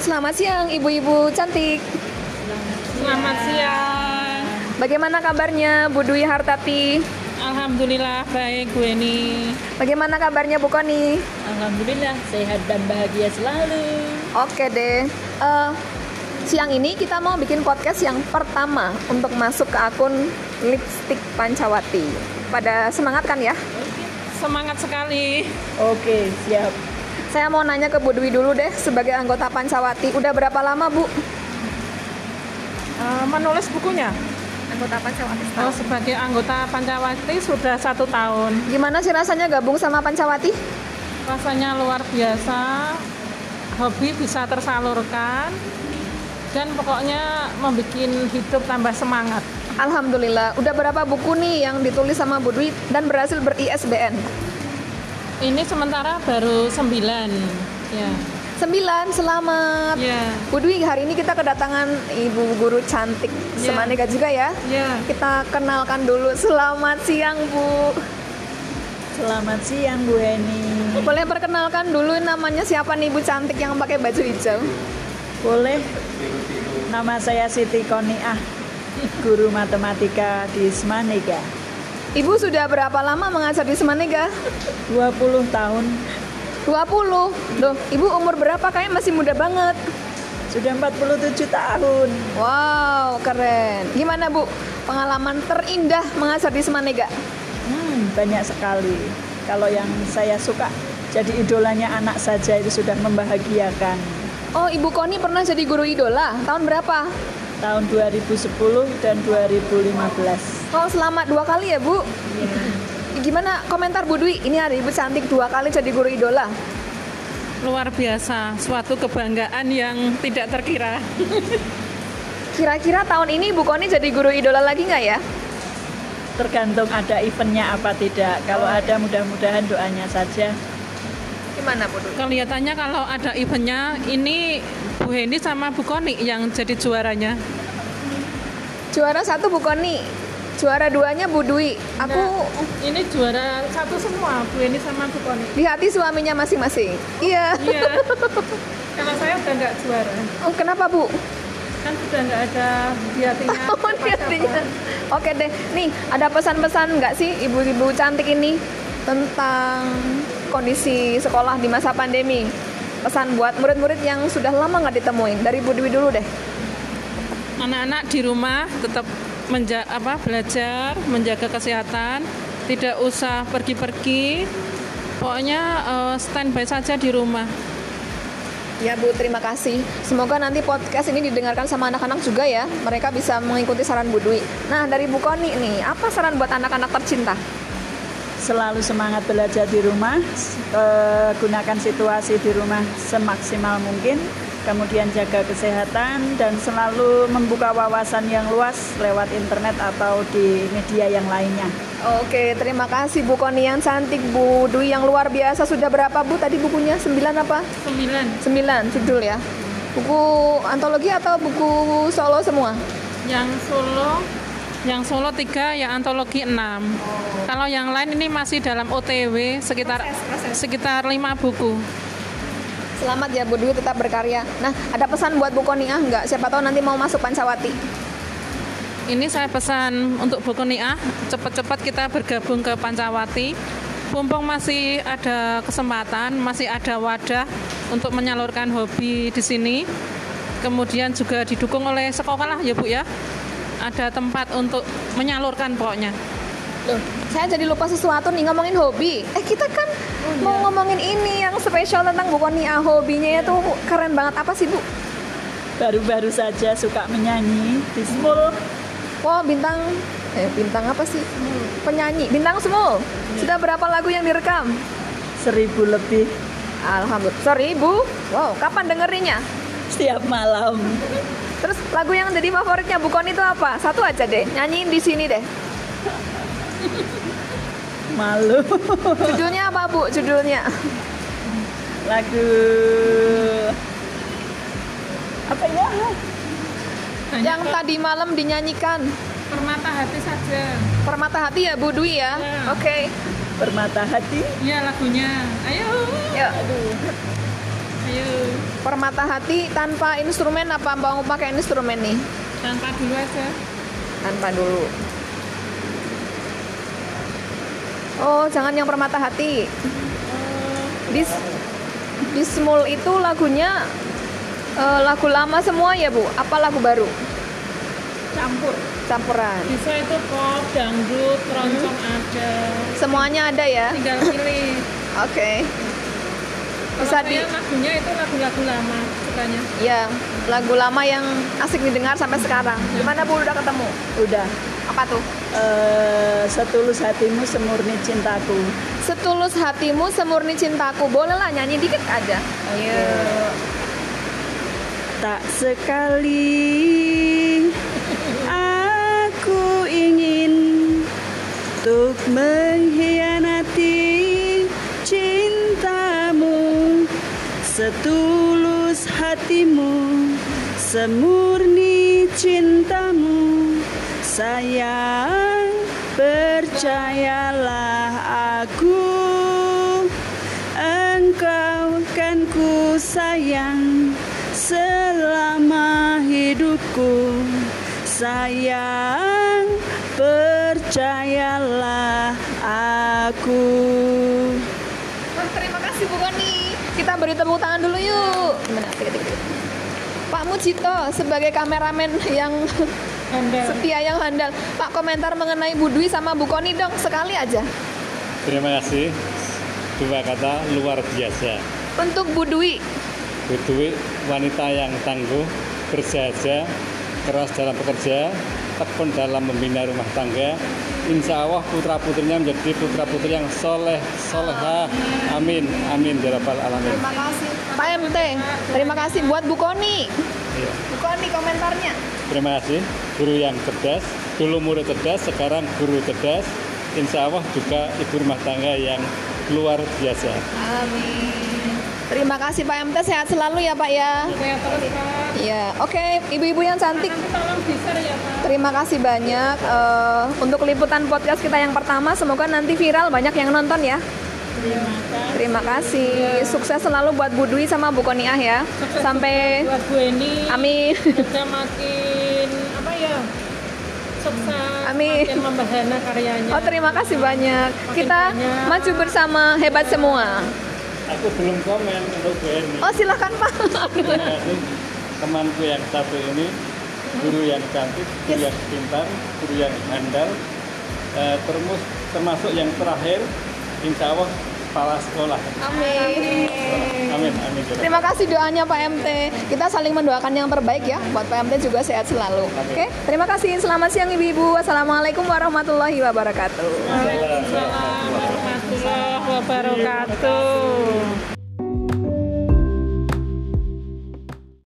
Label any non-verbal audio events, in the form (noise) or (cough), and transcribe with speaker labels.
Speaker 1: Selamat siang ibu-ibu cantik.
Speaker 2: Selamat siang.
Speaker 1: Bagaimana kabarnya Bu Dwi Hartati?
Speaker 2: Alhamdulillah baik Bu Eni.
Speaker 1: Bagaimana kabarnya Bu Koni?
Speaker 3: Alhamdulillah sehat dan bahagia selalu.
Speaker 1: Oke deh. Eh, siang ini kita mau bikin podcast yang pertama untuk masuk ke akun lipstick Pancawati. Pada semangat kan ya?
Speaker 2: Semangat sekali.
Speaker 3: Oke, siap.
Speaker 1: Saya mau nanya ke Bu Dwi dulu deh sebagai anggota Pancawati. Udah berapa lama Bu?
Speaker 2: Eh, menulis bukunya.
Speaker 1: Anggota Pancawati
Speaker 2: Oh, sebagai anggota Pancawati sudah satu tahun.
Speaker 1: Gimana sih rasanya gabung sama Pancawati?
Speaker 2: Rasanya luar biasa. Hobi bisa tersalurkan dan pokoknya membuat hidup tambah semangat.
Speaker 1: Alhamdulillah. Udah berapa buku nih yang ditulis sama Bu Dwi dan berhasil ber-ISBN?
Speaker 2: Ini sementara baru sembilan. Ya.
Speaker 1: Sembilan, selamat.
Speaker 2: Ya.
Speaker 1: Bu Dwi, hari ini kita kedatangan ibu guru cantik
Speaker 2: Ya.
Speaker 1: Semanega juga ya.
Speaker 2: Ya.
Speaker 1: Kita kenalkan dulu. Selamat siang, Bu.
Speaker 3: Selamat siang Bu Eni.
Speaker 1: Boleh perkenalkan dulu namanya siapa nih Bu cantik yang pakai baju hijau?
Speaker 3: Boleh? Nama saya Siti Koniah, guru matematika di Semanega.
Speaker 1: Ibu sudah berapa lama mengajar di Semanega?
Speaker 3: 20 tahun,
Speaker 1: 20. Loh, Ibu umur berapa? Kayaknya masih muda banget.
Speaker 3: sudah 47 tahun.
Speaker 1: Wow, keren. Gimana, Bu? Pengalaman terindah mengajar di Semanega?
Speaker 3: Hmm, banyak sekali. Kalau yang saya suka, jadi idolanya anak saja itu sudah membahagiakan.
Speaker 1: Oh, Ibu Koni pernah jadi guru idola. Tahun berapa?
Speaker 3: Tahun 2010 dan 2015.
Speaker 1: Oh, selamat dua kali ya, Bu. Gimana komentar Bu Dwi? Ini ada Ibu cantik dua kali jadi guru idola.
Speaker 2: Luar biasa, suatu kebanggaan yang tidak terkira.
Speaker 1: Kira-kira tahun ini Bu Koni jadi guru idola lagi nggak ya?
Speaker 3: Tergantung ada eventnya apa tidak. Kalau ada mudah-mudahan doanya saja.
Speaker 1: Gimana Bu Dwi?
Speaker 2: Kelihatannya kalau ada eventnya ini Bu Heni sama Bu Koni yang jadi juaranya.
Speaker 1: Juara satu Bu Koni, juara duanya Bu Dwi. Aku
Speaker 2: Nah, Ini juara satu semua Bu Heni sama Bu Koni.
Speaker 1: di hati suaminya masing-masing. Iya.
Speaker 2: Iya. kalau saya udah nggak juara,
Speaker 1: Oh, kenapa Bu?
Speaker 2: kan sudah nggak ada diatinya.
Speaker 1: (laughs) Oh, ini artinya. Oke deh. Nih, ada pesan-pesan nggak sih ibu-ibu cantik ini tentang kondisi sekolah di masa pandemi? Pesan buat murid-murid yang sudah lama nggak ditemuin dari Bu Dwi dulu deh.
Speaker 2: Anak-anak di rumah tetap menja apa belajar, menjaga kesehatan, tidak usah pergi-pergi. Pokoknya eh, standby saja di rumah.
Speaker 1: Ya Bu, terima kasih. Semoga nanti podcast ini didengarkan sama anak-anak juga ya. Mereka bisa mengikuti saran Bu Dwi. Nah, dari Bu Koni nih, apa saran buat anak-anak tercinta?
Speaker 3: selalu semangat belajar di rumah, s- eh, gunakan situasi di rumah semaksimal mungkin, kemudian jaga kesehatan dan selalu membuka wawasan yang luas lewat internet atau di media yang lainnya.
Speaker 1: Oke, terima kasih Bu Koni yang cantik, Bu Dwi yang luar biasa. Sudah berapa Bu tadi bukunya? 9 apa?
Speaker 2: Sembilan.
Speaker 1: 9 judul ya. Buku antologi atau buku solo semua?
Speaker 2: Yang Solo, yang Solo 3, yang antologi 6. Kalau yang lain ini masih dalam OTW sekitar sekitar 5 buku.
Speaker 1: Selamat ya Bu Dwi tetap berkarya. Nah, ada pesan buat Bu Koni ah nggak? Siapa tahu nanti mau masuk Pancawati.
Speaker 2: Ini saya pesan untuk buku Niah, cepat-cepat kita bergabung ke Pancawati. Mumpung masih ada kesempatan, masih ada wadah untuk menyalurkan hobi di sini. Kemudian juga didukung oleh sekolah ya Bu ya. Ada tempat untuk menyalurkan pokoknya.
Speaker 1: Loh, saya jadi lupa sesuatu nih ngomongin hobi. Eh, kita kan mau ngomongin ini yang spesial tentang Bu Koni ah hobinya itu keren banget apa sih Bu?
Speaker 3: Baru-baru saja suka menyanyi di school.
Speaker 1: Wah, bintang eh bintang apa sih? Penyanyi, bintang semua. Sudah berapa lagu yang direkam?
Speaker 3: seribu lebih
Speaker 1: Alhamdulillah. Sorry, Bu. Wow, kapan dengerinnya?
Speaker 3: setiap malam.
Speaker 1: Terus lagu yang jadi favoritnya Bu Koni itu apa? Satu aja deh, nyanyiin di sini deh.
Speaker 3: Malu. (laughs)
Speaker 1: Judulnya apa Bu? Judulnya
Speaker 3: Lagu apa ya?
Speaker 1: yang tadi malam dinyanyikan
Speaker 2: Permata hati saja.
Speaker 1: Permata Hati ya Bu Dwi ya.
Speaker 2: Ya.
Speaker 1: Oke,
Speaker 3: Permata hati.
Speaker 2: Iya lagunya. Ayo.
Speaker 1: yuk.
Speaker 3: Aduh.
Speaker 2: Ayo,
Speaker 1: ya. Permata hati tanpa instrumen apa mau pakai instrumen nih?
Speaker 2: tanpa dulu aja.
Speaker 1: Tanpa dulu. Oh, jangan yang permata hati.
Speaker 2: Eh,
Speaker 1: Dis Dismul itu lagunya eh, lagu lama semua ya, Bu? Apa lagu baru?
Speaker 2: Campur.
Speaker 1: Campuran.
Speaker 2: Bisa itu pop, dangdut, keroncong
Speaker 1: Hmm.
Speaker 2: ada.
Speaker 1: Semuanya ada ya?
Speaker 2: Tinggal pilih.
Speaker 1: Oke. Bisa
Speaker 2: Kalau
Speaker 1: di
Speaker 2: saya lagunya itu lagu-lagu lama sukanya.
Speaker 1: ya, lagu lama yang asik didengar sampai sekarang. Gimana Bu udah ketemu?
Speaker 3: Udah.
Speaker 1: Apa tuh?
Speaker 3: Eh, setulus hatimu semurni cintaku.
Speaker 1: Setulus hatimu semurni cintaku. Bolehlah nyanyi dikit aja. Iya. Yuk.
Speaker 3: Tak sekali aku ingin untuk mengkhianati cintamu setulus hatimu semurni cintamu sayang percayalah aku engkau kan ku sayang selama hidupku sayang percayalah aku
Speaker 1: Wah, terima kasih Bu Koni. Kita beri tepuk tangan dulu yuk. Benar, tiga, tiga, tiga. Pak Mujito sebagai kameramen yang
Speaker 2: Handal.
Speaker 1: setia yang handal. Pak komentar mengenai Bu Dwi sama Bu Koni dong sekali aja.
Speaker 4: Terima kasih. Dua kata luar biasa.
Speaker 1: Untuk Bu Dwi,
Speaker 4: Bu Dwi, wanita yang tangguh, berjaya, keras dalam bekerja, tekun dalam membina rumah tangga. Insya Allah putra putrinya menjadi putra putri yang soleh, solehah. Amin, amin, ya Rabbal alamin.
Speaker 1: terima kasih. Pak MT, terima kasih buat Bu Koni.
Speaker 4: Iya.
Speaker 1: Bu Koni komentarnya.
Speaker 4: Terima kasih, guru yang cerdas. Dulu murid cerdas, sekarang guru cerdas. Insya Allah juga ibu rumah tangga yang luar biasa.
Speaker 1: Amin. Terima kasih Pak MT sehat selalu ya Pak ya.
Speaker 2: Saya terus Pak.
Speaker 1: Ya, oke ibu-ibu yang cantik.
Speaker 2: Nanti tolong bisa ya Pak.
Speaker 1: Terima kasih banyak eh, untuk liputan podcast kita yang pertama. Semoga nanti viral banyak yang nonton ya. Terima kasih. Sukses selalu buat Bu Dwi sama Bu Koniah ya. Sampai
Speaker 2: buat gue ini.
Speaker 1: amin. (laughs)
Speaker 2: Kerja makin apa ya? Sukses.
Speaker 1: Amin.
Speaker 2: Makin membahana karyanya.
Speaker 1: Oh, terima kasih banyak. Kita maju bersama hebat semua.
Speaker 4: Aku belum komen untuk BNI.
Speaker 1: Oh, silahkan Pak. (laughs)
Speaker 4: Terima kasih temanku yang satu ini guru yang cantik, guru yang pintar, guru yang handal, eh, termus termasuk yang terakhir, insya Allah kepala sekolah.
Speaker 1: Amin.
Speaker 4: Amin, amin. ya Rabbal
Speaker 1: Terima kasih doanya Pak MT. Kita saling mendoakan yang terbaik ya buat Pak MT juga sehat selalu.
Speaker 4: Amin.
Speaker 1: Oke, terima kasih. Selamat siang ibu-ibu. Wassalamualaikum warahmatullahi wabarakatuh.
Speaker 2: Waalaikumsalam warahmatullahi wabarakatuh.